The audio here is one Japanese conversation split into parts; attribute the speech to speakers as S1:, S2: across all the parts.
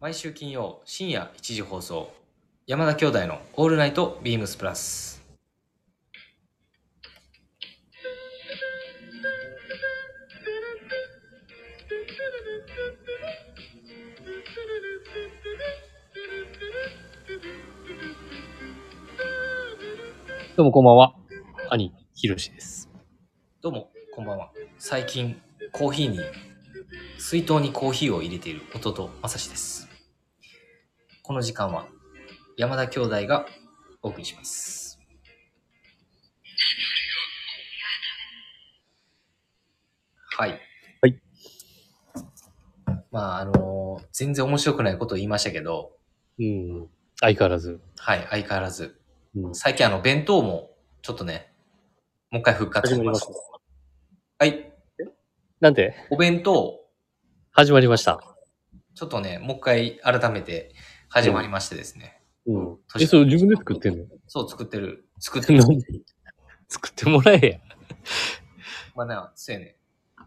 S1: 毎週金曜深夜1時放送山田兄弟の「オールナイトビームスプラス」
S2: どうもこんばんは。兄、ひろしです。
S1: どうもこんばんは最近コーヒーに水筒にコーヒーを入れている弟まさしですこの時間は山田兄弟がお送りしますはい
S2: はい
S1: まああの全然面白くないことを言いましたけど
S2: うん。相変わらず。
S1: はい相変わらず
S2: うん。
S1: 最近あの弁当もちょっとねもう一回復活
S2: 始まりました。
S1: はい
S2: なんで
S1: お弁当
S2: 始まりました。
S1: ちょっとね、もう一回改めて始まりましてですね。
S2: うん。
S1: 確かに
S2: え、そう、自分で作ってんの
S1: そう、作ってる。作ってる
S2: な。んで作ってもらえ
S1: まあな、そうやね。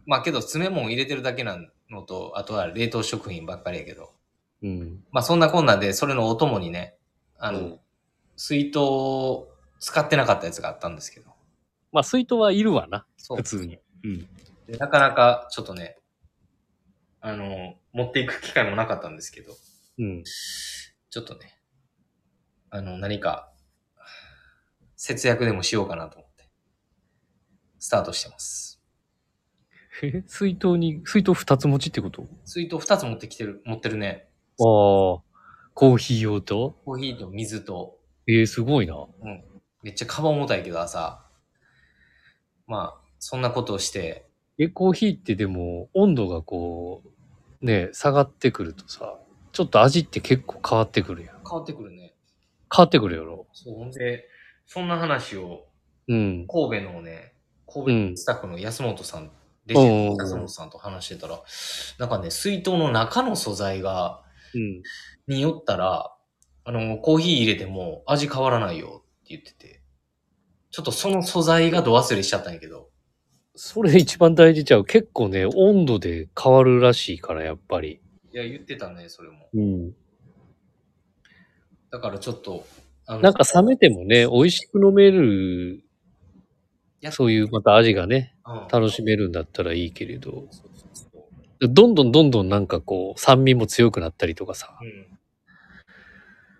S1: まあけど、詰め物入れてるだけなのと、あとは冷凍食品ばっかりやけど。
S2: や。うん。
S1: まあそんなこんなで、それのお供にね、あ
S2: あ
S1: の、
S2: の、
S1: 水筒を使ってなかったやつがあったんですけど。
S2: まあ、水筒はいるわな。
S1: そう
S2: 普通に。うん。
S1: でなかなか、ちょっとね、あの、持っていく機会もなかったんですけど、
S2: うん。
S1: ちょっとね、あの、何か、節約でもしようかなと思って、スタートしてます。
S2: え水筒に、水筒二つ持ちってこと
S1: 水筒2つ持ってきてる、持ってるね。
S2: ああ。コーヒー用と
S1: コーヒーと水と。
S2: えー、すごいな。
S1: めっちゃカバン重たいけど朝。まあ、そんなことをして、
S2: え、コーヒーってでも、温度がこう、ね、下がってくるとさ、ちょっと味って結構変わってくるやん。
S1: 変わってくるね。
S2: 変わってくるやろ。
S1: そう、ほんで、そんな話を、
S2: うん。
S1: 神戸のね、神戸スタッフの安本さん、レジ
S2: おう
S1: ェ
S2: おうお
S1: ン
S2: う
S1: ド安本さんと話してたら、なんかね、水筒の中の素材が、
S2: うん。
S1: によったら、あの、コーヒー入れても味変わらないよって言ってて、ちょっとその素材がど忘れしちゃったんやけど、
S2: それ一番大事ちゃう。結構ね、温度で変わるらしいから、やっぱり。
S1: いや、言ってたね、それも。
S2: うん。
S1: だからちょっと、あの
S2: なんか冷めてもね、美味しく飲める、
S1: や
S2: そういうまた味がね、
S1: うん
S2: 楽しめるんだったらいいけれど、
S1: そうそうそう
S2: どんどんどんどんなんかこう、酸味も強くなったりとかさ。
S1: うん。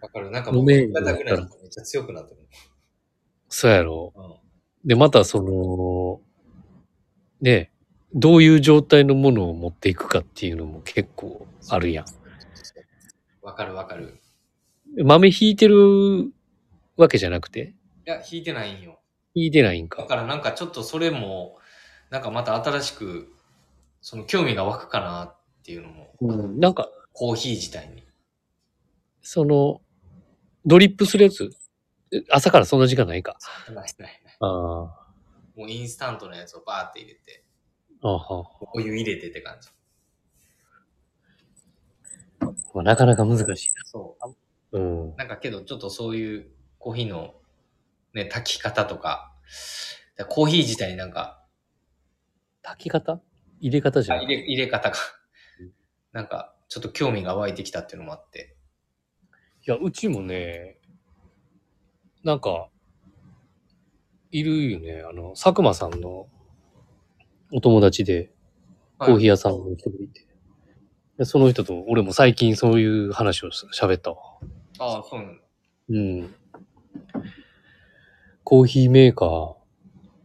S1: だからなんかも
S2: 飲
S1: う、
S2: め
S1: め
S2: るよう
S1: っ
S2: になったら
S1: ちゃ強くなってる。
S2: そうやろ。
S1: うん。
S2: で、またその、ね、どういう状態のものを持っていくかっていうのも結構あるやん。
S1: わかるわかる。
S2: 豆引いてるわけじゃなくて
S1: いや、弾いてないんよ。
S2: 引いてないん
S1: だ
S2: か。
S1: からなんかちょっとそれも、なんかまた新しく、その興味が湧くかなっていうのも、
S2: うん、なんか、
S1: コーヒー自体に。
S2: その、ドリップするやつ、え朝からそんな時間ないか。
S1: ないないない。
S2: ああ、
S1: もうインスタントのやつをバーって入れて、
S2: ああ、
S1: お湯入れてって感じ。
S2: まあなかなか難しい
S1: そ
S2: な。うん
S1: う。。なんかけど、ちょっとそういうコーヒーのね、炊き方とか、だからコーヒー自体になんか
S2: 炊き方入れ方じゃ
S1: あ
S2: な
S1: 入
S2: い。
S1: れ入れ方が
S2: うん。
S1: なんか、ちょっと興味が湧いてきたっていうのもあって。
S2: いや、うちもね、なんか、いるよね。あの、佐久間さんのお友達で、コーヒー屋さんの人がいて。でその人と、俺も最近そういう話を喋ったわ。
S1: ああ、そうなんだ。
S2: うん。コーヒーメーカー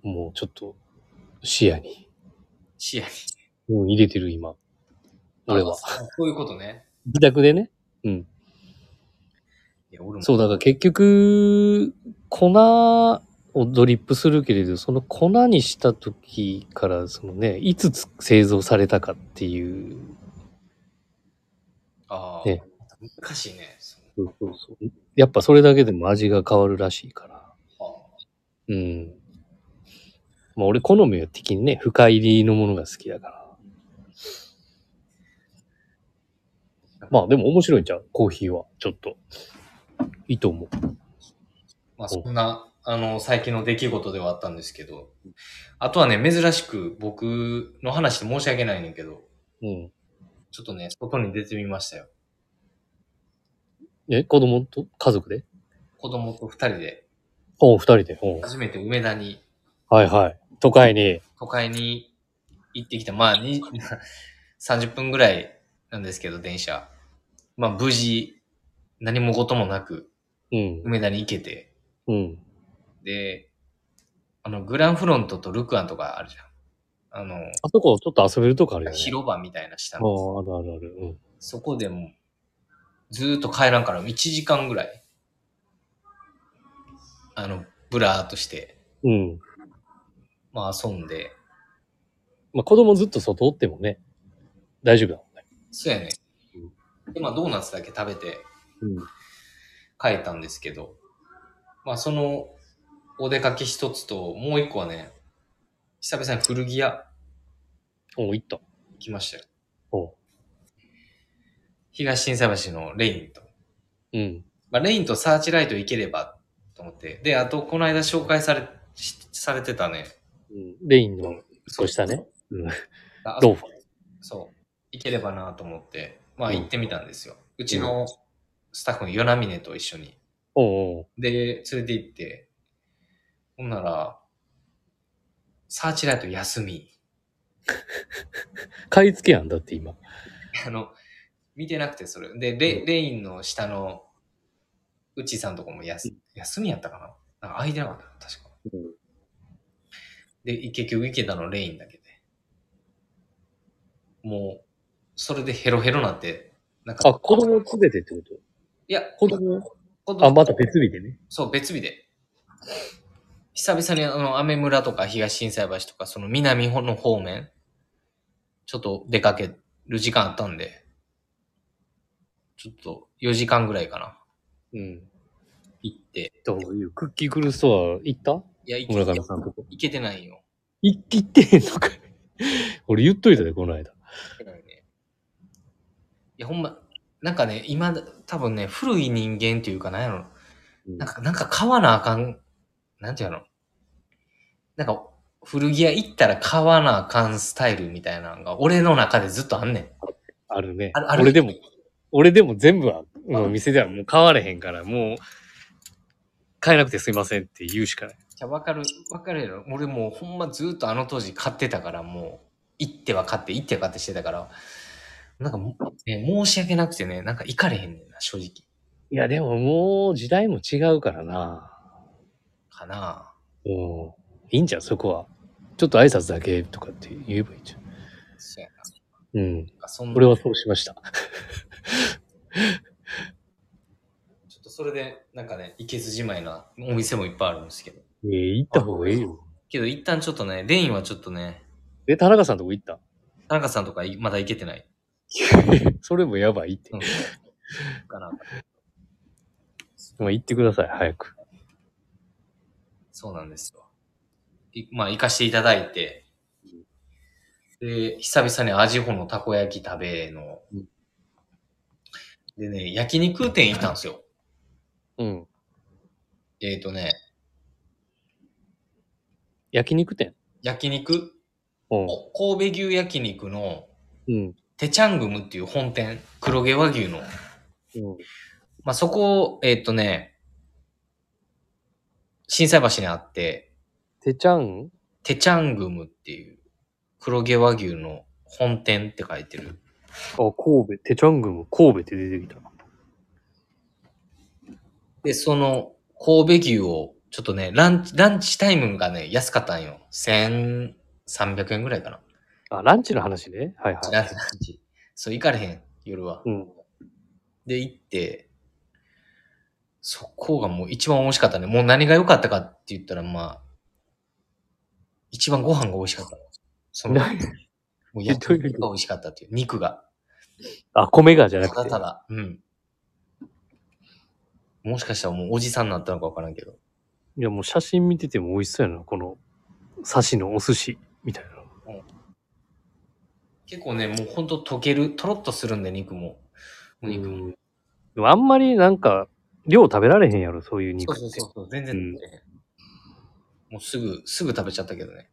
S2: もちょっと視野に、
S1: 視野に。
S2: うん、入れてる今。俺
S1: あ
S2: は。
S1: そういうことね。
S2: 自宅でね。うん。
S1: いや、俺も。
S2: そう、だから結局、粉をドリップするけれど、その粉にした時から、そのね、いつつ製造されたかっていう。
S1: ああ、
S2: ね
S1: 難しいね。そ
S2: そうそうそう。やっぱそれだけでも味が変わるらしいから。
S1: の
S2: うん。まあ俺好みは的にね、深入りのものが好きだから。まあでも面白いんちゃうコーヒーは。ちょっと。いいと思う。
S1: まあ、そんな、あの、最近の出来事ではあったんですけど。あとはね、珍しく僕の話で申し訳ないねんけど、
S2: うん。
S1: ちょっとね、外に出てみましたよ。
S2: え、子供と家族で
S1: 子供と二人で、
S2: おう二人で。おう
S1: 初めて梅田に、
S2: はいはい。都会に。
S1: 都会に行ってきた。まあ、に 30分ぐらいなんですけど、電車。まあ、無事、何も事もなく、
S2: うん。
S1: 梅田に行けて。
S2: うん。
S1: で、あの、グランフロントとルクアンとかあるじゃん。あの、
S2: あそこちょっと遊べるとこあるよね。
S1: 広場みたいな下
S2: あ
S1: の。
S2: あ、あるあるある。うん。
S1: そこでも、ずーっと帰らんから1時間ぐらい、あの、ブラーっとして、
S2: うん。
S1: まあ遊んで、
S2: まあ、子供ずっと外おってもね、大丈夫だもんね。
S1: そうやね。で、まあドーナツだけ食べて
S2: うん。
S1: 帰ったんですけど、まあそのお出かけ一つと、もう一個はね、久々に古着屋
S2: おう、行った。
S1: 行きましたよ。
S2: おう。
S1: 東新斎橋のレインと。
S2: うん。
S1: まあ、レインとサーチライト行ければと思って。で、あと、この間紹介され、しされてたね。
S2: うんレインの少し下ね。うん。
S1: あ
S2: ローファー。
S1: そう。行ければなと思って、まあ
S2: うん
S1: 行ってみたんですよ。うちのスタッフの与那峰と一緒に。
S2: おうおう。
S1: で、連れて行って、ほんなら、サーチライト休み。
S2: 買い付けやんだって今。
S1: あの、見てなくて、それ。で、レ,、
S2: うん
S1: レインの下の、うちさんとこもやす休みやったかななんか空いてなかった確か。
S2: うん
S1: で、い結局行けたのレインだけで。もう、それでヘロヘロなって、なんか、
S2: あ、子供連れてってこと
S1: いや、
S2: 子供
S1: 子供
S2: あ、また別日でね。
S1: そう、別日で。久々にあの、雨村とか東新斎橋とか、その南の方面、ちょっと出かける時間あったんで、ちょっと4時間ぐらいかな、
S2: うん。
S1: 行って。
S2: どういうクッキークルーストア行った
S1: いや、行け
S2: 村上さんとこ。
S1: 行けてないよ。
S2: 行行ってへんのかい。 俺言っといたで、この間。
S1: 行けてないね。いや、ほんま、なんかね、今、多分ね、古い人間っていうか、なんやろ、
S2: うん
S1: なんか、なんか買わなあかん、なんていうのなんか、古着屋行ったら買わなあかんスタイルみたいなのが、俺の中でずっとあんねん。
S2: あるね
S1: あるある
S2: 俺でも、俺でも全部は、うん、店ではもう買われへんから、もう、買えなくてすいませんって言うしかない。
S1: じゃあわかる、わかるやろ俺もうほんまずっとあの当時買ってたから、もう、行っては買って、行っては買ってしてたから、なんかも、ね、申し訳なくてね、なんか行かれへんねんな、正直。
S2: いや、でももう時代も違うからな。
S1: かな
S2: うん。いいんじゃん、そこは。ちょっと挨拶だけとかって言えばいいじゃん。
S1: そうやな。
S2: うん。
S1: なんかそんな
S2: 俺はそうしました。
S1: ちょっとそれで、なんかね、行けずじまいなお店もいっぱいあるんですけど。
S2: えー、行った方がいいよ。
S1: けど一旦ちょっとね、レインはちょっとね、
S2: で、田中さんとこ行った。
S1: 田中さんとかいまだ行けてない。
S2: それもやばいって
S1: う。んかな。
S2: まあ、行ってください、早く。
S1: そうなんですよ。いまあ、行かしていただいて、で、久々にアジホのたこ焼き食べの
S2: うん、
S1: でね、焼肉店行ったんですよ。
S2: うん。
S1: えっ、ー、とね、
S2: 焼肉店。
S1: 焼肉、
S2: うん。
S1: こ神戸牛焼肉の
S2: うん。
S1: テチャングムっていう本店、黒毛和牛の。
S2: うん。
S1: まあ、そこ、えっ、とね、震災橋にあって、
S2: てちゃん
S1: テチャングムっていう黒毛和牛の本店って書いてる。
S2: あ、神戸。てちゃんぐも神戸って出てきた。
S1: で、その神戸牛をちょっとね、ランチ、ランチタイムがね、安かったんよ。1300円ぐらいかな。
S2: あ、ランチの話ね。はいはい。
S1: ランチ、ランチ。そう、行かれへん、夜は。
S2: うん。
S1: で、行って、そこがもう一番美味しかったね。もう何が良かったかって言ったら、まあ、一番ご飯が美味しかった。その、も
S2: な
S1: う焼肉が美味しかったっていう、肉が。
S2: あ、米がじゃな
S1: ただ
S2: くて
S1: た。だ、うん。もしかしたらもうおじさんになったのかわからんけど。
S2: いや、もう写真見てても美味しそうやな。この、刺しのお寿司みたいな。
S1: 結構ね、もうほんと溶ける、とろっとするんで、肉も。お肉も。
S2: ん。でもあんまりなんか、量食べられへんやろ、そういう肉
S1: そう
S2: って。
S1: そうそうそう、全然、ねもうすぐ、すぐ食べちゃったけどね。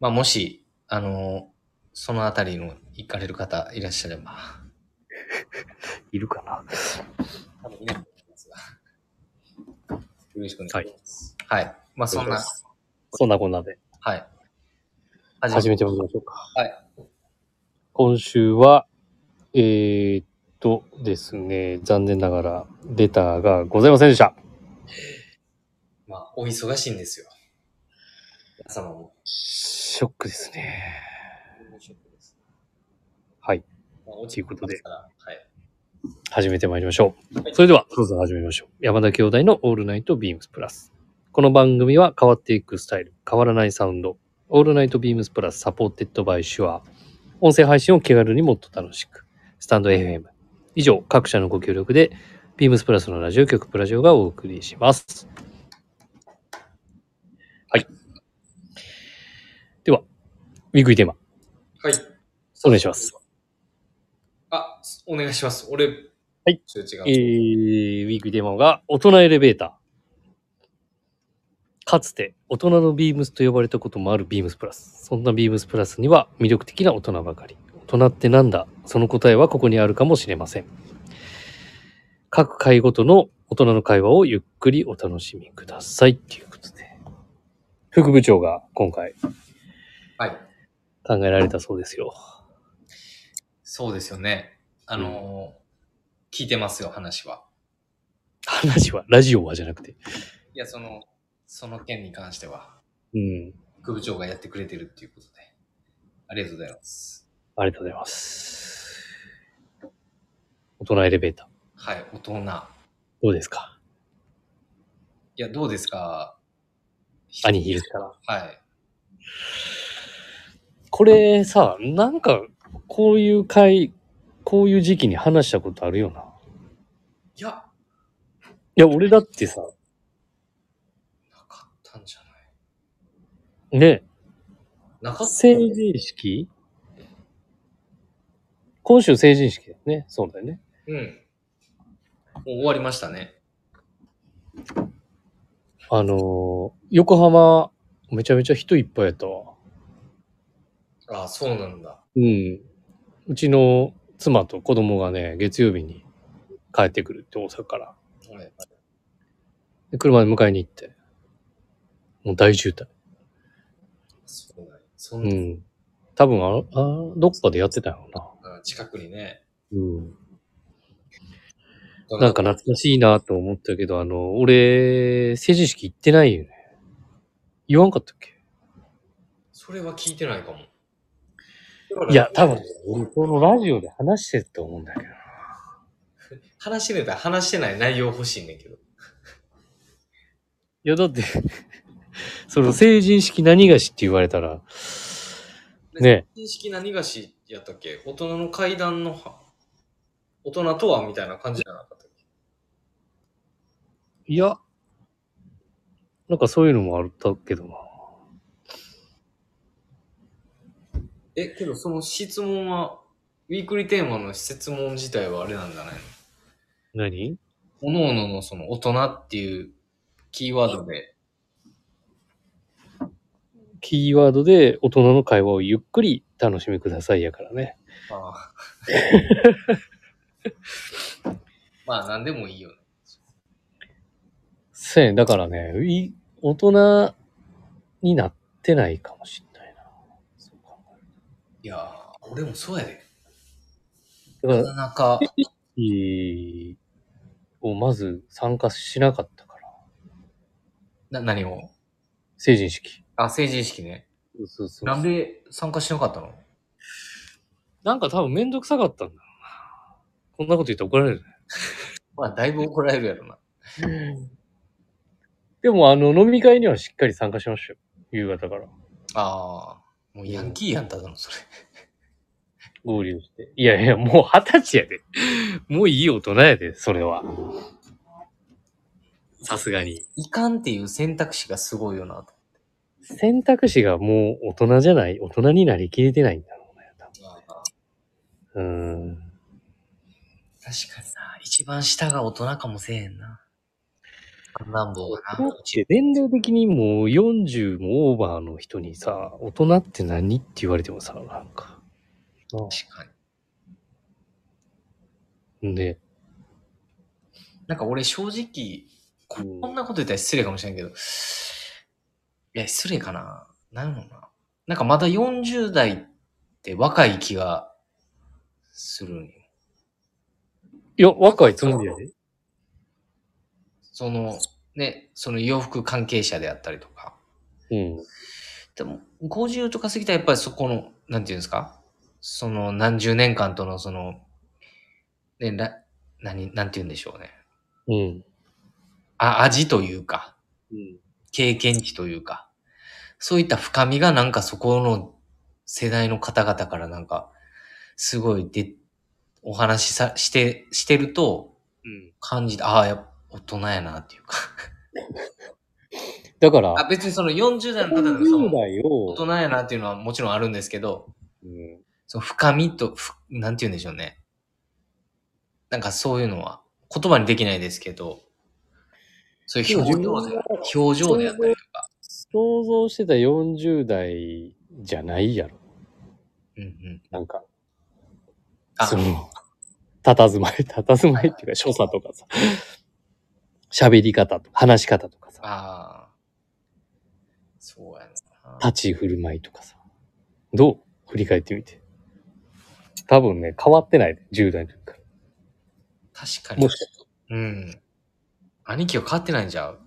S1: まあ、もし、あのーそのあたりの行かれる方いらっしゃれば、
S2: いるかな。
S1: 多分いないと思いますが。よろしくお願いします。はい。まあそんな、
S2: そんなこんなで
S1: はい。
S2: 始め
S1: め
S2: てもらいましょうか。
S1: はい。
S2: 今週は、えー、っとですね、残念ながらレターがございませんでした。
S1: まあ、お忙しいんですよ。皆様も。
S2: ショックですね。はい。
S1: まあ、落
S2: ということで
S1: はい。
S2: 始めてまいりましょう。
S1: はい
S2: それでは、そろそろ始めましょう。山田兄弟のオールナイトビームスプラス。この番組は変わっていくスタイル、変わらないサウンド、オールナイトビームスプラスサポーテッドバイシュア、音声配信を気軽にもっと楽しく、スタンド FM。以上、各社のご協力で、ビームスプラスのラジオ局プラジオがお送りします。はい。では、ウィークイテーマ、
S1: はい。
S2: お願いします。
S1: あ、お願いします。俺、
S2: はい。
S1: ちょっと違う。
S2: えー、ウィークデモが大人エレベーター。かつて大人のビームスと呼ばれたこともあるビームスプラス。そんなビームスプラスには魅力的な大人ばかり。大人ってなんだその答えはここにあるかもしれません。各回ごとの大人の会話をゆっくりお楽しみください。っていうことで。副部長が今回
S1: はい。
S2: 考えられたそうですよ。
S1: そうですよね。あのー聞いてますよ、話は。
S2: 話は、ラジオはじゃなくて。
S1: いや、その、その件に関しては、
S2: うん。
S1: 副部長がやってくれてるっていうことで。ありがとうございます。
S2: ありがとうございます。大人エレベーター。
S1: はい、大人。
S2: どうですか
S1: いや、どうですか
S2: 兄いるから。
S1: はい。
S2: これさ、なんか、こういう回、こういう時期に話したことあるよな。
S1: いや、ない
S2: や、俺だってさ、
S1: かったんじゃない
S2: ね、
S1: なかった
S2: 成人式今週成人式だよね。そうだよね。
S1: うん。もう終わりましたね。
S2: あのー横浜、めちゃめちゃ人いっぱいやったわ。
S1: ああ、そうなんだ。
S2: うん。うちの妻と子供がね、月曜日に帰ってくるって大阪から。
S1: はい
S2: で車で迎えに行って。もう大渋滞。
S1: そうなんやそん
S2: う
S1: な、
S2: ん。多分あの、あのどっかでやってたよな。
S1: あ近くにね。
S2: うん。なんか懐かしいなと思ったけど、あの、俺、成人式行ってないよね。言わんかったっけ
S1: それは聞いてないかも。
S2: いや、多分、俺このラジオで話してると思うんだけど。
S1: 話してた話してない内容欲しいねんけど。
S2: いや、だって、 その成人式何がしって言われたら、ね
S1: 正式何がしやったっけ大人の階段のは、大人とはみたいな感じじゃなかったっけ
S2: いや、なんかそういうのもあったけどな。
S1: え、けどその質問は、ウィークリーテーマの質問自体はあれなんじゃないの
S2: 何
S1: 各々のその大人っていうキーワードで、
S2: キーワードで大人の会話をゆっくり楽しみくださいやからね。
S1: あーまあ何でもいいよね。
S2: そうやね。だからね、い大人になってないかもしれないな。そう考
S1: いやー、俺もそうやで。
S2: えるだ
S1: なかなか、
S2: から、いをまず参加しなかったから。
S1: な、何を
S2: 成人式。
S1: あ、成人式ね。
S2: そうそうそう
S1: なんで参加しなかったの
S2: なんか多分めんどくさかったんだろうな。こんなこと言って怒られるね。
S1: まあ、だいぶ怒られるやろな。
S2: でもあの、飲み会にはしっかり参加しましたよ。夕方から。
S1: ああ、もうヤンキーやん、ただのそれ。
S2: 合流して。いやいや、もう二十歳やで。もういい大人やで、それは。さすがに。
S1: いかんっていう選択肢がすごいよなと。
S2: 選択肢がもう大人じゃない大人になりきれてないんだろうね。多分うーん。
S1: 確かにな。一番下が大人かもせえへんな。なんぼが
S2: だ
S1: な。
S2: って年齢的にもう40もオーバーの人にさ、大人って何って言われてもさ、なんか。
S1: 確かに。
S2: ね。
S1: なんか俺正直、こ
S2: うん
S1: こんなこと言ったら失礼かもしれんけど、いや、失礼かな。なんやろな。なんかまだ40代って若い気がするんよ
S2: いや、若いつもりやで。
S1: その、ね、その洋服関係者であったりとか。
S2: うん。
S1: でも、50とか過ぎたらやっぱりそこの、なんていうんですかその何十年間とのその、ね、ら、何、なんて言うんでしょうね。
S2: うん。
S1: あ、味というか、
S2: うん。
S1: 経験値というか、そういった深みがなんかそこの世代の方々からなんか、すごいで、お話しさ、して、してると
S2: うん。
S1: 感じて、ああ、やっぱ大人やなっていうか。
S2: だから、
S1: あ別にその40代の方でもその
S2: 10代
S1: 大
S2: を、
S1: 人やなっていうのはもちろんあるんですけど、
S2: うん
S1: その深みと、ふなんて言うんでしょうね。なんかそういうのは言葉にできないですけど、そういう表情で、表情であったりとか。
S2: 想像してた40代じゃないやろ。
S1: うんうん。
S2: なんか、
S1: あ、
S2: その、たたずまい、 たたずまいっていうか、所作とかさ、喋り方とか、話し方とかさ、
S1: ああ。そうやな。
S2: 立ち振る舞いとかさ、どう振り返ってみて。多分ね、変わってないで、10代の時か。
S1: 確からに
S2: もし。かしたら。
S1: うん。兄貴は変わってないんじゃう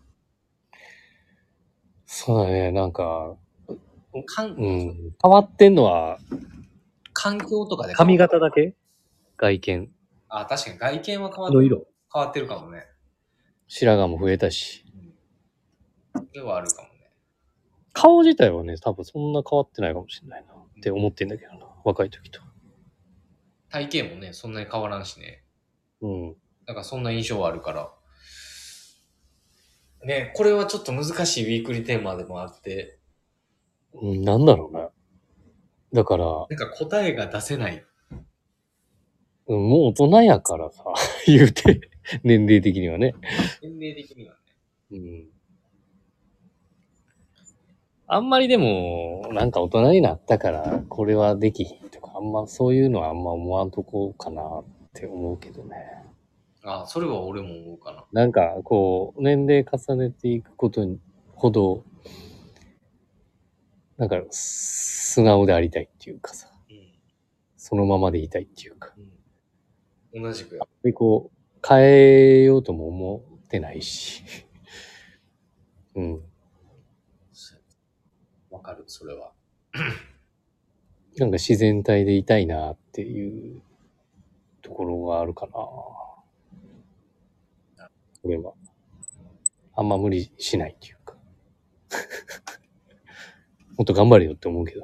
S2: そうだね、なんか、
S1: かん、
S2: うん。変わってんのは、
S1: 環境とかで
S2: 髪型だけ外見
S1: あ、確かに外見は変わっ
S2: の
S1: 変
S2: 色。
S1: わってるかもね。
S2: 白髪も増えたし。
S1: それはあるかもね。
S2: 顔自体はね、多分そんな変わってないかもしれないなって思ってんだけどな。若い時と。
S1: 体型もね、そんなに変わらんしね。
S2: うん。
S1: なんかそんな印象はあるから。ね、これはちょっと難しいウィークリーテーマでもあって、
S2: うん、なんだろうな。だから、う
S1: な
S2: ん
S1: んか答えが出せない。
S2: もう大人やからさ、 言うて、年齢的にはね。
S1: 年齢的にはね。
S2: うん。あんまりでも、なんか大人になったから、これはできひんとか、あんまそういうのはあんま思わんとこかなって思うけどね。
S1: あ、それは俺も思うかな。
S2: なんか、こう、年齢重ねていくことにほど、なんか、素直でありたいっていうかさ、そのままでいたいっていうか、
S1: うん。同じくや。
S2: で、こう、変えようとも思ってないし、 うん。
S1: わかる、それは。
S2: なんか自然体でいたいなっていうところがあるかな。これは。あんま無理しないっていうか。 もっと頑張れよって思うけど。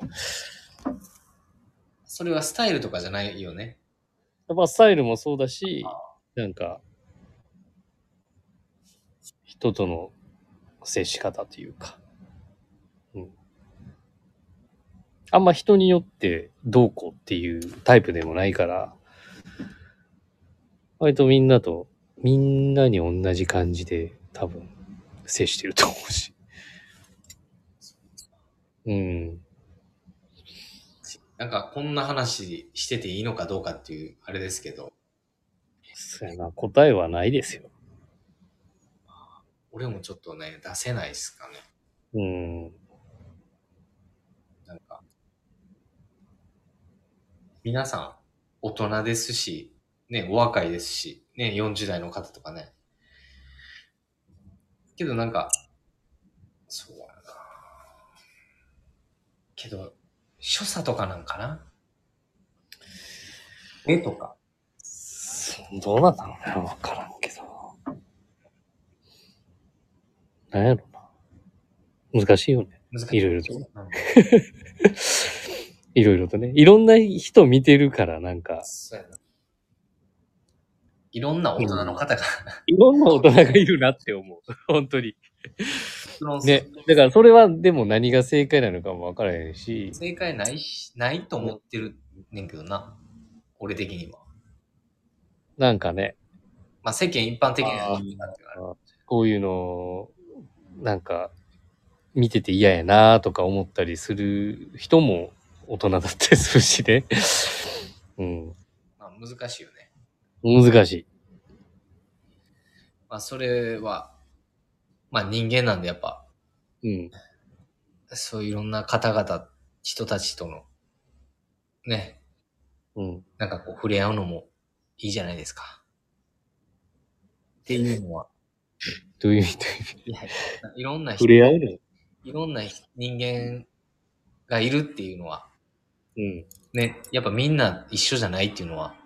S1: それはスタイルとかじゃないよね。
S2: やっぱスタイルもそうだし、なんか、人との接し方というか、うん。あんま人によってどうこうっていうタイプでもないから、割とみんなと、みんなに同じ感じで多分接してると思うし。うん。
S1: なんかこんな話してていいのかどうかっていう、あれですけど、
S2: そうやな、答えはないですよ。
S1: 俺もちょっとね、出せないっすかね。
S2: うん。
S1: なんか、皆さん、大人ですし、ね、お若いですし、ね、40代の方とかね。けどなんか、そうやなけど、所作とかなんかな目とか。
S2: そうどうなんだろうね。わからんけど。なんやろな。難しいよね。
S1: 難し
S2: いろいろと
S1: うん
S2: いろいろとね。いろんな人見てるから、なんか、
S1: そうやな。いろんな大人の方が、
S2: いろんな大人がいるなって思う。 本当に。
S1: 結論す
S2: ね
S1: る。
S2: だからそれはでも何が正解なのかもわからへんし、
S1: 正解ないし、ないと思ってるねんけどな。俺的には。
S2: なんかね、
S1: まあ世間一般的には
S2: あー
S1: いいなって言われる
S2: こういうの、なんか、見てて嫌やなとか思ったりする人も大人だったりするしね。うん。
S1: まあ難しいよね。
S2: 難しい。
S1: まあ、それは、まあ人間なんでやっぱ、
S2: うん。
S1: そういういろんな方々、人たちとの、ね、
S2: うん。
S1: なんかこう触れ合うのもいいじゃないですか。っていうのは、
S2: どういう意味どういう意味
S1: いやいろんな人
S2: 触、れ合うの
S1: いろんな人間がいるっていうのは、
S2: うん。
S1: ね、やっぱみんな一緒じゃないっていうのは、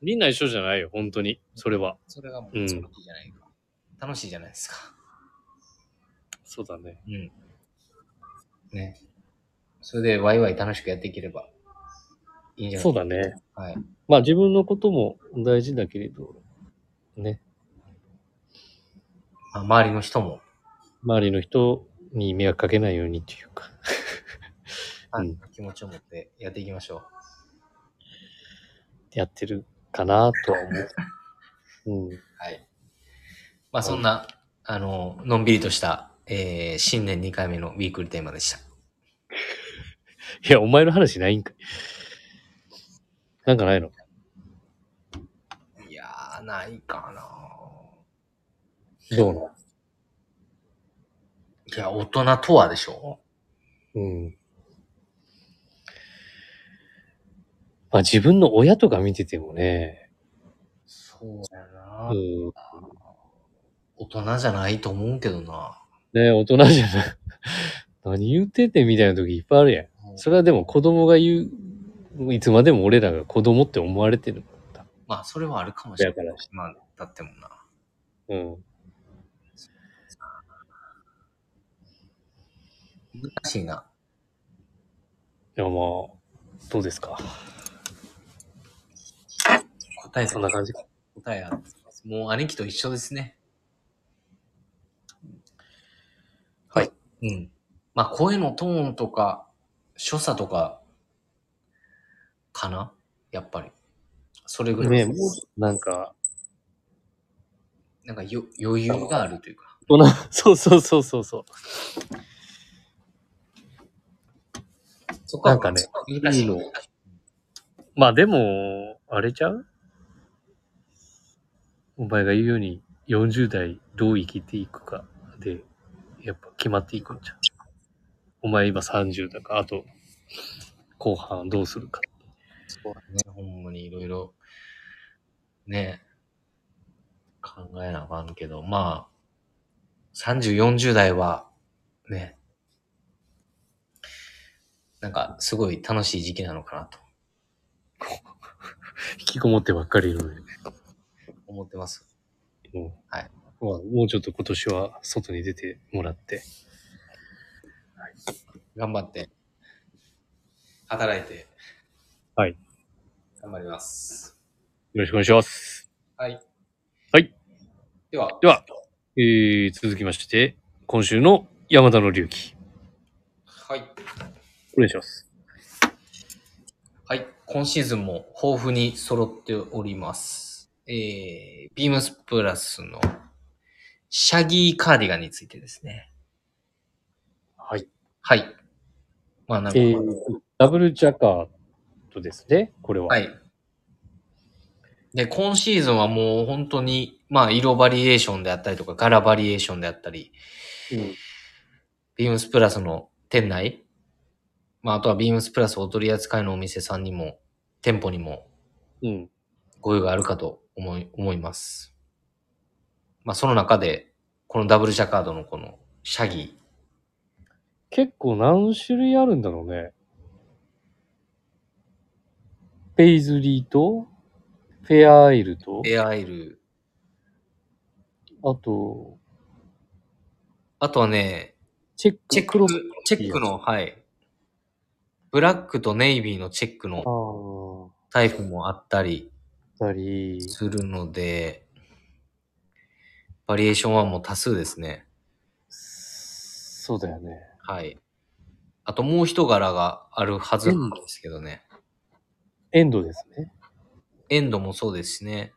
S2: みんな一緒じゃないよ、本当に。それは。
S1: それがもう
S2: うん
S1: 楽しいじゃないか。楽しいじゃないですか。
S2: そうだね。
S1: うん。ね。それでワイワイ楽しくやっていければいいんじゃない
S2: そうだね。
S1: はい。
S2: まあ自分のことも大事だけれど、ね。
S1: まあ、周りの人も
S2: 周りの人に迷惑かけないようにっていう か。
S1: はい
S2: うん
S1: 気持ちを持ってやっていきましょう。
S2: やってるかなとは思う。うん。
S1: はい。まあ、そんな、あの、のんびりとした、えー新年2回目のウィークリーテーマでした。
S2: いや、お前の話ないんかい。なんかないの
S1: いやー、ないかな
S2: どうない
S1: や、大人とはでしょ
S2: のうん。まあ自分の親とか見ててもね、
S1: そうだな、
S2: うん。
S1: 大人じゃないと思うけどな
S2: ね大人じゃない。 何言っててみたいな時いっぱいあるやん。それはでも子供が言う、いつまでも俺らが子供って思われてるんだ。
S1: まあ、それはあるかもしれない
S2: だから。
S1: まあ、だってもな。
S2: うん。
S1: 難しいな。
S2: いや、まあ、どうですか。
S1: 答え
S2: そんな感じか。
S1: 答えあるもう兄貴と一緒ですね。
S2: はい。
S1: うん。まあ、声のトーンとか、所作とか、かなやっぱり。それぐら
S2: ね
S1: い。
S2: もう、なんか、
S1: なんかよ余裕があるというか。
S2: 大人、 そうそうそうそうそう。
S1: そこは
S2: なんかね、
S1: 難しい
S2: いいのまあでも、あれちゃうお前が言うように、40代どう生きていくかで、やっぱ決まっていくんじゃん。お前今30だから、あと、後半どうするか。
S1: そうだね、ほんまにいろいろ、ね、考えなあかんけど、まあ、30、40代は、ね、なんか、すごい楽しい時期なのかなと
S2: 引きこもってばっかりいるので、
S1: 思ってます。
S2: もう、
S1: はい
S2: まあ、もうちょっと今年は外に出てもらって、
S1: 頑張って、働いて、
S2: はい。
S1: 頑張ります。
S2: よろしくお願いします。
S1: はい。
S2: はい。
S1: では、
S2: では、えー、続きまして、今週の山田の隆起。
S1: はい。
S2: お願いします。
S1: はい。今シーズンも豊富に揃っております。えー、ビームスプラスのシャギーカーディガンについてですね。
S2: はい。
S1: はい。まあなんか、
S2: えー、ダブルジャカートですね、これは。
S1: はい。で、今シーズンはもう本当に、まあ色バリエーションであったりとか、柄バリエーションであったり、
S2: うん
S1: ビームスプラスの店内、まああとはビームスプラスお取り扱いのお店さんにも、店舗にも
S2: うん。
S1: ご用があるかと思い、思います。まあ、その中で、このダブルシャカードのこの、シャギ
S2: 結構何種類あるんだろうね。ペイズリーと、フェアアイルと
S1: ー、、エアアイル、
S2: あと、
S1: あとはね、
S2: チェック。
S1: チェック
S2: 黒、
S1: チェックの、はい。ブラックとネイビーのチェックの
S2: あ
S1: タイプもあったり
S2: あ、たり、
S1: するので、バリエーションはもう多数ですね。
S2: そうだよね。
S1: はい。あともう一柄があるはずなんですけどね。
S2: エンドですね。
S1: エンドもそうですしね。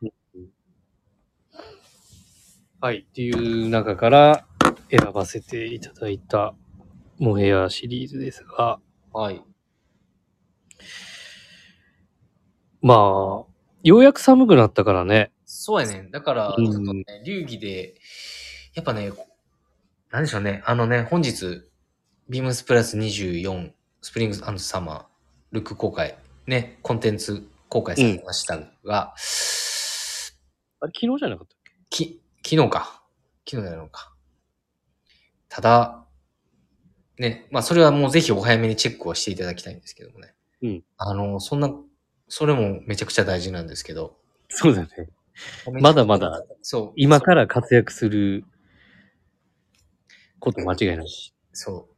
S2: はい。っていう中から選ばせていただいたモヘアシリーズですが、
S1: はい。
S2: まあ、ようやく寒くなったからね。
S1: そうやねん。だから、
S2: うん
S1: ちょっとね、流儀で、やっぱね、なんでしょうね。あのね、本日、ビームスプラス24、スプリングスサマー、ルック公開、ね、コンテンツ公開されましたが、
S2: あれ、昨日じゃなかった
S1: き、昨日か。昨日やるのか。ただ、ね、まあそれはもうぜひお早めにチェックはしていただきたいんですけどもね。
S2: うん
S1: あの、そんな、それもめちゃくちゃ大事なんですけど。
S2: そうだね。まだまだ、
S1: そう。
S2: 今から活躍すること間違いないし。
S1: そう。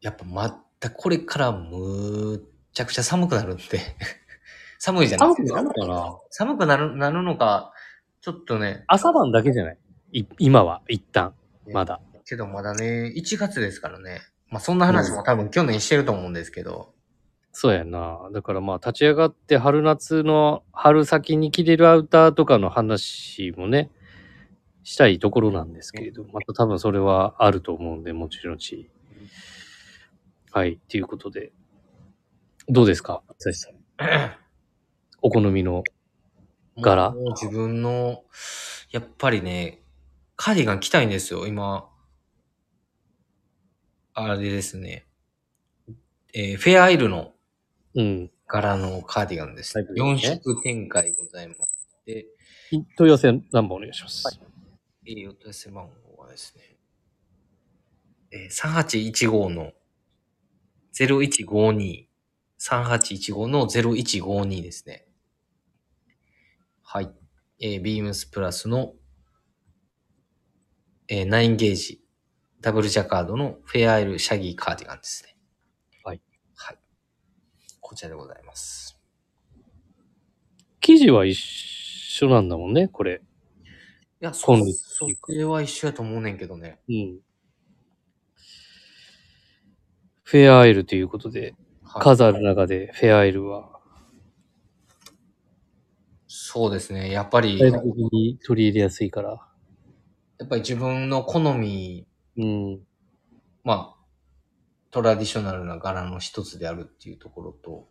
S1: やっぱまたこれからむちゃくちゃ寒くなるんで。 寒いじゃないですか。
S2: 寒くなるのかな
S1: 寒くなるなるのか、ちょっとね。
S2: 朝晩だけじゃないい今は、一旦、まだ。
S1: けどまだね、1月ですからね。まあそんな話も多分去年してると思うんですけど。
S2: そうやな。だからまあ、立ち上がって春夏の、春先に着れるアウターとかの話もね、したいところなんですけれど、また多分それはあると思うんで、もちろんし。はい、ということで。どうですか剛 さん。お好みの。柄
S1: もう自分の、やっぱりね、カーディガン着たいんですよ、今。あれですね。えーフェアアイルの
S2: うん。
S1: 柄のカーディガンです。
S2: はい
S1: 4色展開ございまして、
S2: 問い合わせ何番お願いします。
S1: えー、お問い合わせ番号はですね、えー、3815の0152、3815の0152ですね。はい。えー、ビームスプラスの、えー、9ゲージ、ダブルジャカードのフェアアイルシャギーカーディガンですね。
S2: はい。
S1: はい。こちらでございます。
S2: 生地は一緒なんだもんね、これ。
S1: いや、そ
S2: 好
S1: う
S2: み、
S1: そ
S2: っていうか
S1: れは一緒やと思うねんけどね。
S2: うん。フェアアイルということで、
S1: はい
S2: 数ある中でフェアアイルは、
S1: そうですね。やっぱり、
S2: 大
S1: や
S2: 体的に取り入れやすいから。
S1: っぱり自分の好み、
S2: うん。
S1: まあ、トラディショナルな柄の一つであるっていうところと、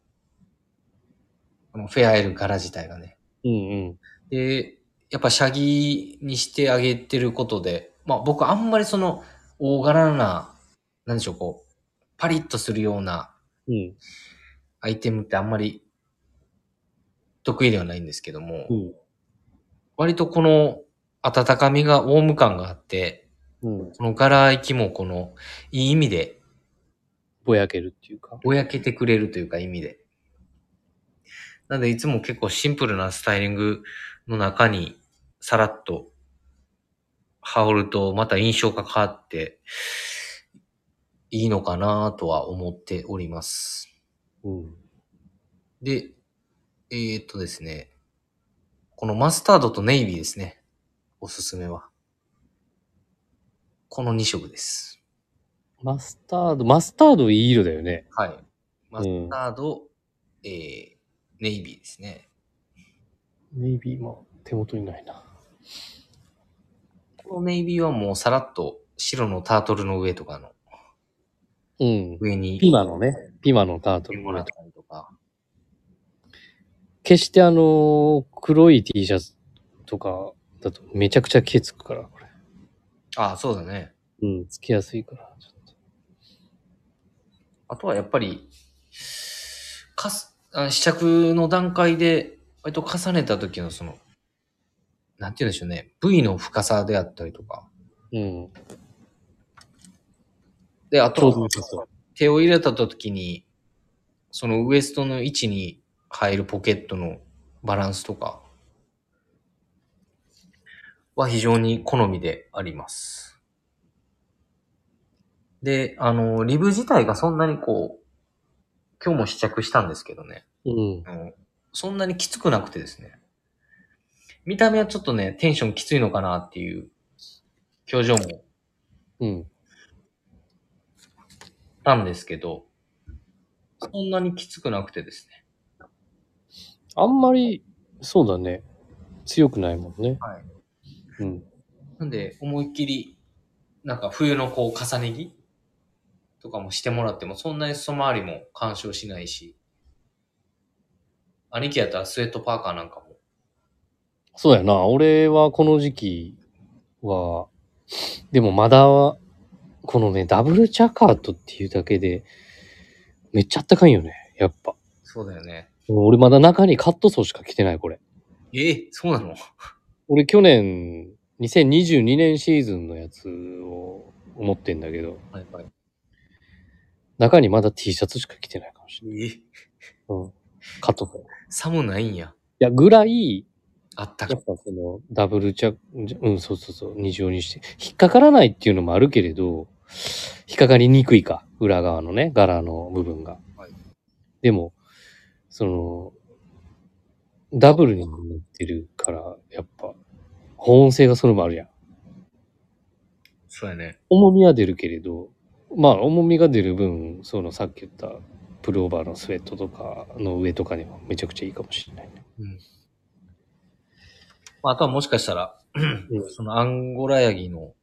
S1: このフェアエル柄自体がね。
S2: うんうん。
S1: で、やっぱシャギにしてあげてることで、まあ僕あんまりその大柄な、なんでしょう、こう、パリッとするような
S2: うん。
S1: アイテムってあんまり得意ではないんですけども、
S2: うん。
S1: 割とこの温かみが、ウォーム感があって、
S2: うん。
S1: この柄行きもこの、いい意味で、
S2: ぼやけるっていうか。
S1: ぼやけてくれるというか意味で。なのでいつも結構シンプルなスタイリングの中に、さらっと、羽織るとまた印象が変わって、いいのかなとは思っております。
S2: うん。
S1: で、えー、っとですね、このマスタードとネイビーですね。おすすめは。この2色です。
S2: マスタード、マスタードいい色だよね。
S1: はい。マ
S2: う
S1: ス
S2: ん
S1: タード、えー、ネイビーですね。
S2: ネイビーも手元にないな。
S1: このネイビーはもうさらっと白のタートルの上とかの
S2: うん。
S1: 上に。
S2: ピマのね。ピマのタート
S1: ピ
S2: ル
S1: ン。もらったりとか。
S2: 決してあのー黒い T シャツとかだとめちゃくちゃ毛つくから、これ。
S1: ああ、そうだね。
S2: うん、つきやすいから。ちょっと
S1: あとはやっぱり、かす、あ試着の段階で、割と重ねた時のその、なんて言うんでしょうね。部位の深さであったりとか。
S2: うん。
S1: で、あ
S2: ち
S1: と
S2: ょうど良
S1: は
S2: さそう。
S1: 手を入れた時に、そのウエストの位置に入るポケットのバランスとかは非常に好みであります。で、あの、リブ自体がそんなにこう、今日も試着したんですけどね、
S2: うん。
S1: あのそんなにきつくなくてですね、見た目はちょっとね、テンションきついのかなっていう表情も
S2: うん。
S1: ったんですけど、そんなにきつくなくてですね。
S2: あんまり、そうだね。強くないもんね。
S1: はい。
S2: うん。
S1: なんで、思いっきり、なんか冬のこう重ね着とかもしてもらっても、そんなに外回りも干渉しないし、兄貴やったらスウェットパーカーなんかも
S2: そうやな。俺はこの時期は、でもまだ、このね、ダブルチャカートっていうだけで、めっちゃあったかいよね。やっぱ。
S1: そうだよね。
S2: 俺まだ中にカットソーしか着てない、これ。
S1: ええそうなの
S2: 俺去年、2022年シーズンのやつを持ってんだけど、
S1: はいはい。
S2: 中にまだ T シャツしか着てないかもしれ
S1: ええ
S2: ない。うん。カットソー。い
S1: 寒ないんや。
S2: や、ぐらい、
S1: あったか
S2: やっぱその、ダブルチャ、うん、そうそうそう、二乗にして、引っかからないっていうのもあるけれど、引っかかりにくいか、裏側のね、柄の部分が。
S1: はい
S2: でも、その、ダブルになってるから、やっぱ、保温性がそれもあるやん。
S1: そうやね。
S2: 重みは出るけれど、まあ、重みが出る分、その、さっき言った、プルオーバーのスウェットとかの上とかにはめちゃくちゃいいかもしれないね。
S1: まあ、あとはもしかしたら、そのアンゴラヤギの、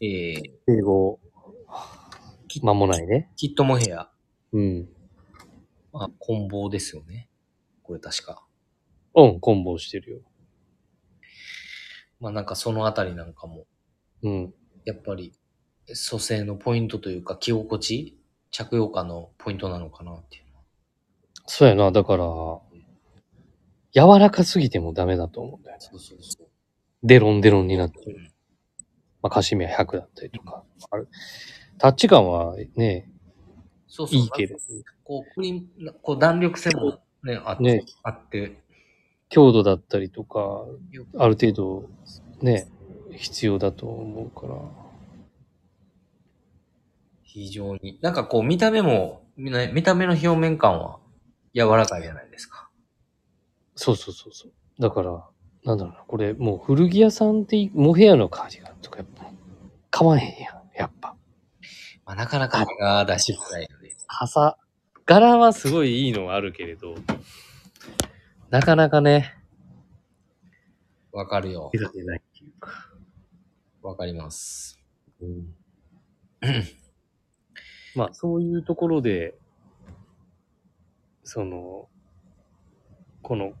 S1: ええ
S2: 英語、間もないね。
S1: キットモヘア、
S2: うん。
S1: まあ、棍棒ですよね。これ確か。
S2: うん、コンボしてるよ。
S1: まあなんかそのあたりなんかも、
S2: うん。
S1: やっぱり、蘇生のポイントというか、着心地着用感のポイントなのかなっていう。
S2: そうやな、だから、柔らかすぎてもダメだと思うんだよね。
S1: そうそうそう。
S2: デロンデロンになって
S1: う
S2: る。
S1: ん、
S2: まあ、カシミヤ100だったりとか。あるタッチ感はね、
S1: そうそう。
S2: いいけど、
S1: こう、クリーム、こう弾力性もね、あって、
S2: ね
S1: あって、
S2: 強度だったりとか、
S1: よく
S2: ある程度、ね、必要だと思うから。
S1: 非常に。なんかこう、見た目も、みな見た目の表面感は柔らかいじゃないですか。
S2: そうそうそうそう。だから、なんだろうな、これもう古着屋さんって、モヘアのカーディガンとかやっぱ、買わへんやん、やっぱ。
S1: まあ、なかなか手が出しづらいので。
S2: 朝、柄はすごいいいのはあるけれど、なかなかね、
S1: わかるよ。
S2: が出ないっていうか。
S1: わかります。
S2: うん、まあ、そういうところで、その、この、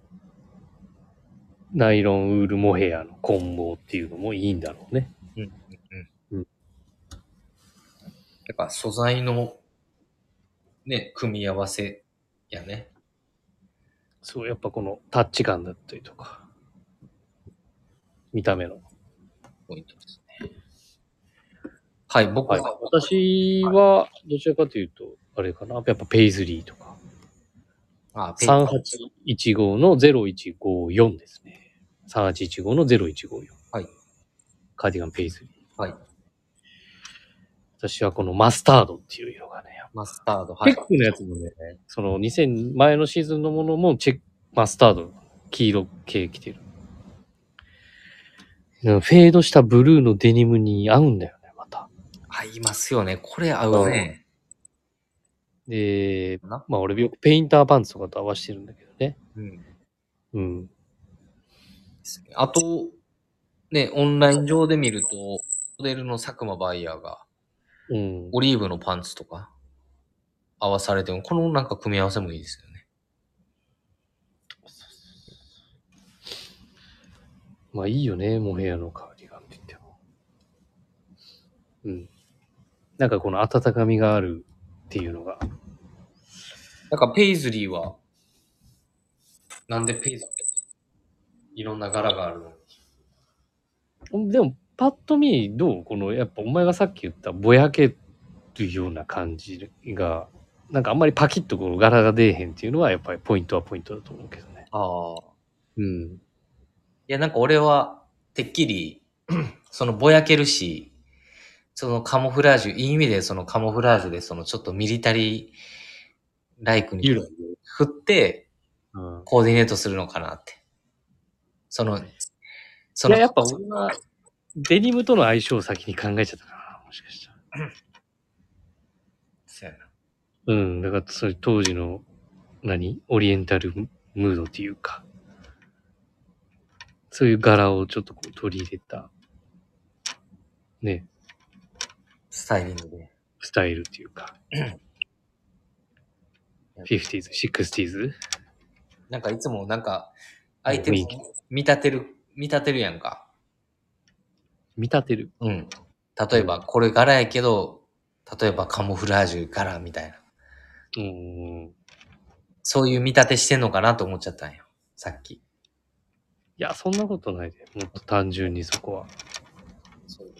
S2: ナイロンウールモヘアの混合っていうのもいいんだろうね。
S1: やっぱ素材の、ね、組み合わせやね。
S2: そう、やっぱこのタッチ感だったりとか、見た目の。
S1: ポイントですね。はい、僕
S2: は
S1: は、
S2: い、私は、どちらかというと、あれかな、やっぱペイズリーとか、
S1: あ、ペイ
S2: 3815の0154ですね。3815の0154。
S1: はい。
S2: カーディガンペイズリー。
S1: はい。
S2: 私はこのマスタードっていう色がね、
S1: マスタード、は
S2: チェ
S1: い
S2: ッ。クのやつもね、その2000、前のシーズンのものもチェック、マスタード、黄色系着てる。フェードしたブルーのデニムに合うんだよね、また。
S1: 合いますよね。これ合うね。
S2: で、
S1: な
S2: まあ俺よくペインターパンツとかと合わせてるんだけどね。
S1: うん。
S2: うん。
S1: ですねあと、ね、オンライン上で見ると、モデルの佐久間バイヤーが、
S2: うん。
S1: オリーブのパンツとか、合わされても、このなんか組み合わせもいいですよね。
S2: まあいいよね、モヘアのカーディガンって言っても。うん。なんかこの温かみがあるっていうのが。
S1: なんかペイズリーは、なんでペイズリーいろんな柄があるの
S2: でも、パッと見、どうこの、やっぱお前がさっき言ったぼやけというような感じが、なんかあんまりパキッとこの柄が出えへんっていうのは、やっぱりポイントはポイントだと思うけどね。
S1: ああ。
S2: うん。
S1: いや、なんか俺は、てっきり、 そのぼやけるし、そのカモフラージュ、いい意味でそのカモフラージュで、そのちょっとミリタリーライクに振って、
S2: うん。
S1: コーディネートするのかなって。その、そ
S2: い
S1: の、
S2: や、やっぱ俺は、デニムとの相性を先に考えちゃったかな、もしかしたら。
S1: そうやな
S2: うん、だからそれ当時の、何オリエンタルムードっていうか、そういう柄をちょっとこう取り入れた、ね、
S1: スタイリングで。
S2: スタイルっていうか、50s、60s?
S1: なんかいつもなんか、相手
S2: 雰
S1: も
S2: 囲気
S1: 見立てる、見立てるやんか。
S2: 見立てる。
S1: うん。例えば、これ柄やけど、例えばカモフラージュ柄みたいな。
S2: うん。い
S1: そういう見立てしてんのかなと思っちゃったんよ。さっき。
S2: や、そんなことないで。もっと単純にそこは。
S1: そう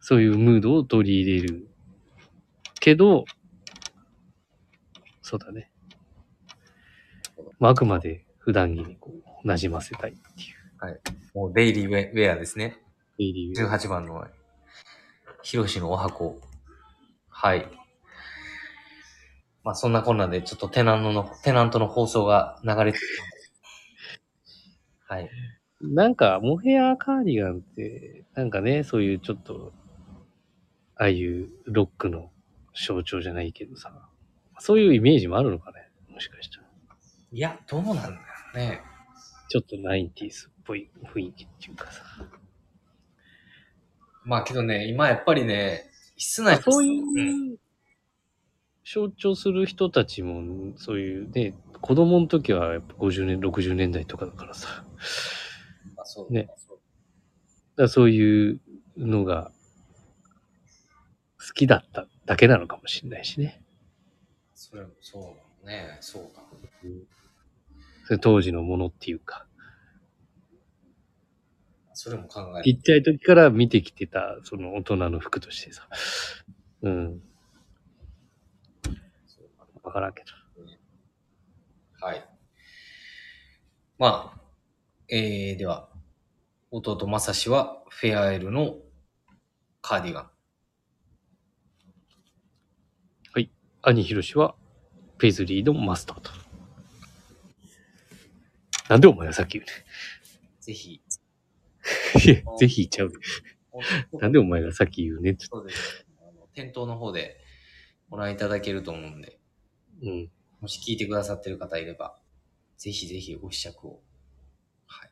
S2: そういうムードを取り入れる。けど、そうだね。まああくまで普段着にこう、馴染ませたいっていう。
S1: もうデイリーウェウェアですね。
S2: デイリーウェア
S1: 18番の、ヒロシのお箱。はい。まあそんなこんなで、ちょっとテナントの、テナントの放送が流れてはい。
S2: なんか、モヘアカーディガンって、なんかね、そういうちょっと、ああいうロックの象徴じゃないけどさ、そういうイメージもあるのかねもしかしたら。
S1: いや、どうなんだろうね。
S2: ちょっとナインティースっぽい雰囲気っていうかさ。
S1: まあけどね、今やっぱりね、室内
S2: そうい
S1: ん
S2: う、象徴する人たちも、そういうね、子供の時はやっぱ50年、60年代とかだからさ、だか
S1: まあそう
S2: ね
S1: そう
S2: らそういうのが好きだっただけなのかもしれないしね。
S1: それもそうだね。そうか。
S2: それ当時のものっていうか、
S1: それも考え
S2: ち
S1: る。
S2: っちゃい時から見てきてた、その大人の服としてさ。うん。
S1: そうか
S2: わからんけど。
S1: はい。まあ、えー、では、弟まさしはフェアエルのカーディガン。
S2: 兄ひろしは、ペイズリーのマスターと。なんでお前はさっき言
S1: ぜひ。
S2: う ね。いやぜひ言っちゃうね。なんでお前がさっき言うねって。
S1: そうです。あの店頭の方でご覧いただけると思うんで、
S2: うん。
S1: もし聞いてくださってる方いれば、ぜひぜひご試着を。はい。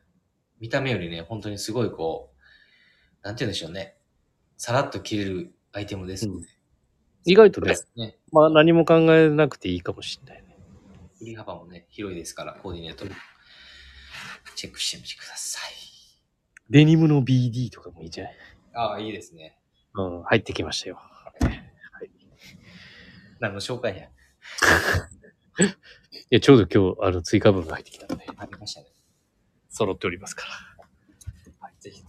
S1: 見た目よりね、本当にすごいこう、なんて言うんでしょうね。さらっと着れるアイテムですので。
S2: 意外とね、
S1: ね。
S2: まあ何も考えなくていいかもしれないね。
S1: 振り幅もね、広いですから、コーディネートも。チェックしてみてください。
S2: デニムの BD とかもいいじゃない
S1: ああ、いいですね。
S2: うん、入ってきましたよ。
S1: 何の紹介や。
S2: いや、ちょうど今日、あの、追加分が入ってきたので、
S1: ありましたね。
S2: 揃っておりますから。
S1: はい、ぜひ。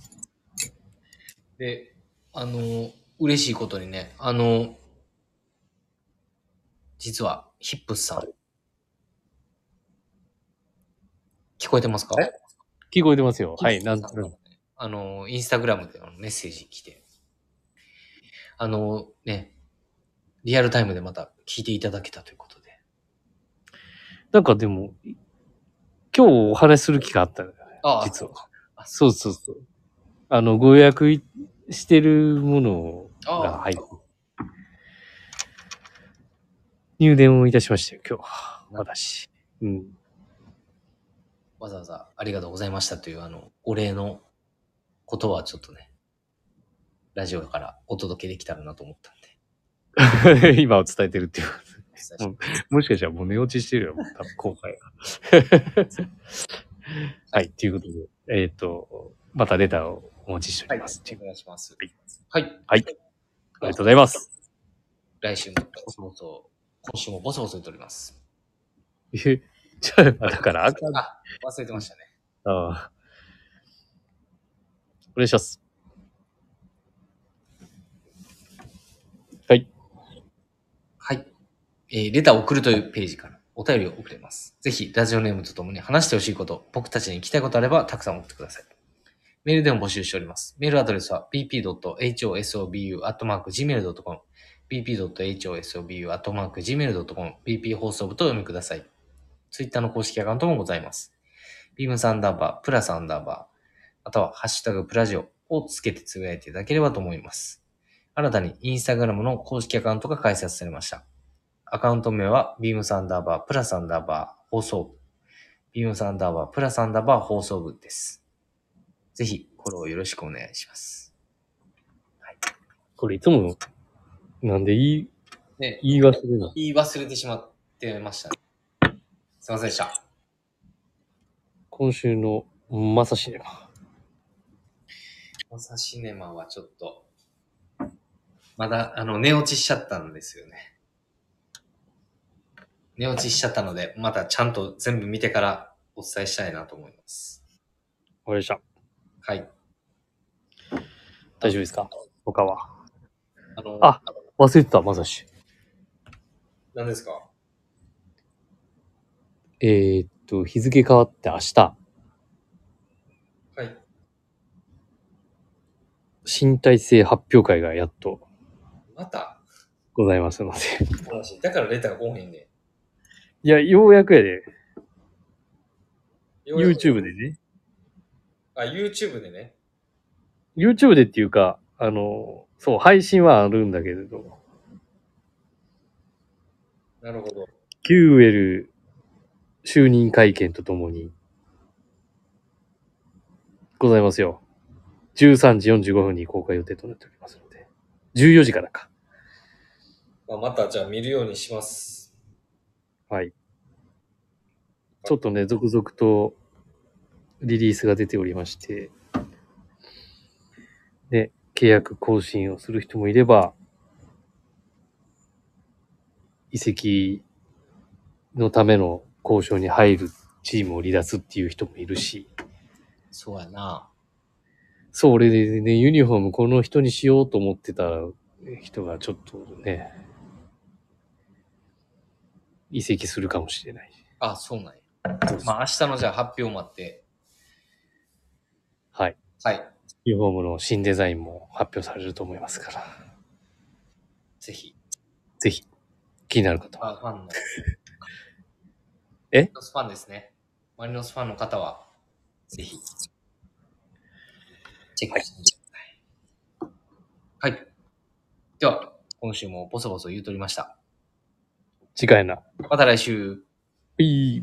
S1: で、あの、嬉しいことにね、あの、実は、ヒップスさん。聞こえてますか
S2: え聞こえてますよ。はい、
S1: ヒ
S2: な
S1: ッ
S2: ん
S1: プスさ
S2: となく
S1: ん。あの、インスタグラムであのメッセージ来て、あの、ね、リアルタイムでまた聞いていただけたということで。
S2: なんかでも、今日お話しする機会あったのよね、
S1: あ
S2: 実は。
S1: あ
S2: そうそうそう。あの、ご予約いしてるものが入って、入電をいたしましたよ、今日。私。うん。
S1: わざわざありがとうございましたというあの、お礼のことはちょっとね、ラジオからお届けできたらなと思ったんで。
S2: 今を伝えてるっていう。
S1: お伝えします
S2: もしかしたらもう寝落ちしてるよ、多分後輩が。 はい、ということで、えっ、と、またレターをお待ちしてお
S1: はい、
S2: ります。
S1: お願いします。はい。
S2: はいありがとうございます。
S1: 来週もボソボソ、今週もボソボソ言っております。
S2: えじゃあ、だから、あかん
S1: あ、忘れてましたね。
S2: ああ。お願いします。はい。
S1: はい。えーレターを送るというページからお便りを送れます。ぜひ、ラジオネームとともに話してほしいこと、僕たちに聞きたいことあれば、たくさん送ってください。メールでも募集しております。メールアドレスは bp.hosobu.gmail.com bp.hosobu.gmail.com bp 放送部とお読みください。ツイッターの公式アカウントもございます。ビームサンダーバー、プラサンダーバー、またはハッシュタグプラジオをつけてつぶやいていただければと思います。新たにインスタグラムの公式アカウントが開設されました。アカウント名は、ビームサンダーバー、プラサンダーバー、放送部。ビームサンダーバー、プラサンダーバー、放送部です。ぜひ、フォローよろしくお願いします。
S2: これいつも、なんで言い、
S1: ね、
S2: 言い忘れるの
S1: 言い忘れてしまってましたね。すいませんでした。
S2: 今週のまさしねば。
S1: マサシネマはちょっと、まだ、あの、寝落ちしちゃったんですよね。寝落ちしちゃったので、またちゃんと全部見てからお伝えしたいなと思います。
S2: わかりました。
S1: はい。
S2: 大丈夫ですか他は。
S1: あの、
S2: あ忘れてた、まさし。
S1: 何ですか
S2: えー、っと、日付変わって明日、
S1: はい。
S2: 新体制発表会がやっと
S1: また、
S2: ございますので。
S1: 話、だからレター来おへんね
S2: いや、ようやくやで。
S1: ん。
S2: YouTube でね。
S1: あ、YouTube でね。
S2: YouTube でっていうか、あの、そう、配信はあるんだけれど、
S1: なるほど。
S2: キューエル就任会見とともに、ございますよ。13時45分に公開予定となっておりますので。14時からか。
S1: まあ、また、じゃあ見るようにします。
S2: はい。ちょっとね、続々とリリースが出ておりまして、で、契約更新をする人もいれば、移籍のための交渉に入るチームを離脱っていう人もいるし、
S1: そうやな。
S2: そう、俺でね、ユニフォームこの人にしようと思ってた人がちょっとね、移籍するかもしれない。
S1: あ、そうなんや。まあ、明日のじゃあ発表待って。
S2: はい。
S1: はい。
S2: ユニフォームの新デザインも発表されると思いますから、
S1: ぜひ。
S2: ぜひ、気になる方は。
S1: あ、ファ ンの。マ
S2: え
S1: リノスファンですね。マリノスファンの方は、ぜひ、チェックしてみてください。はい。では、今週もボソボソ言うとりました。
S2: 次回な。は
S1: また来週。
S2: い。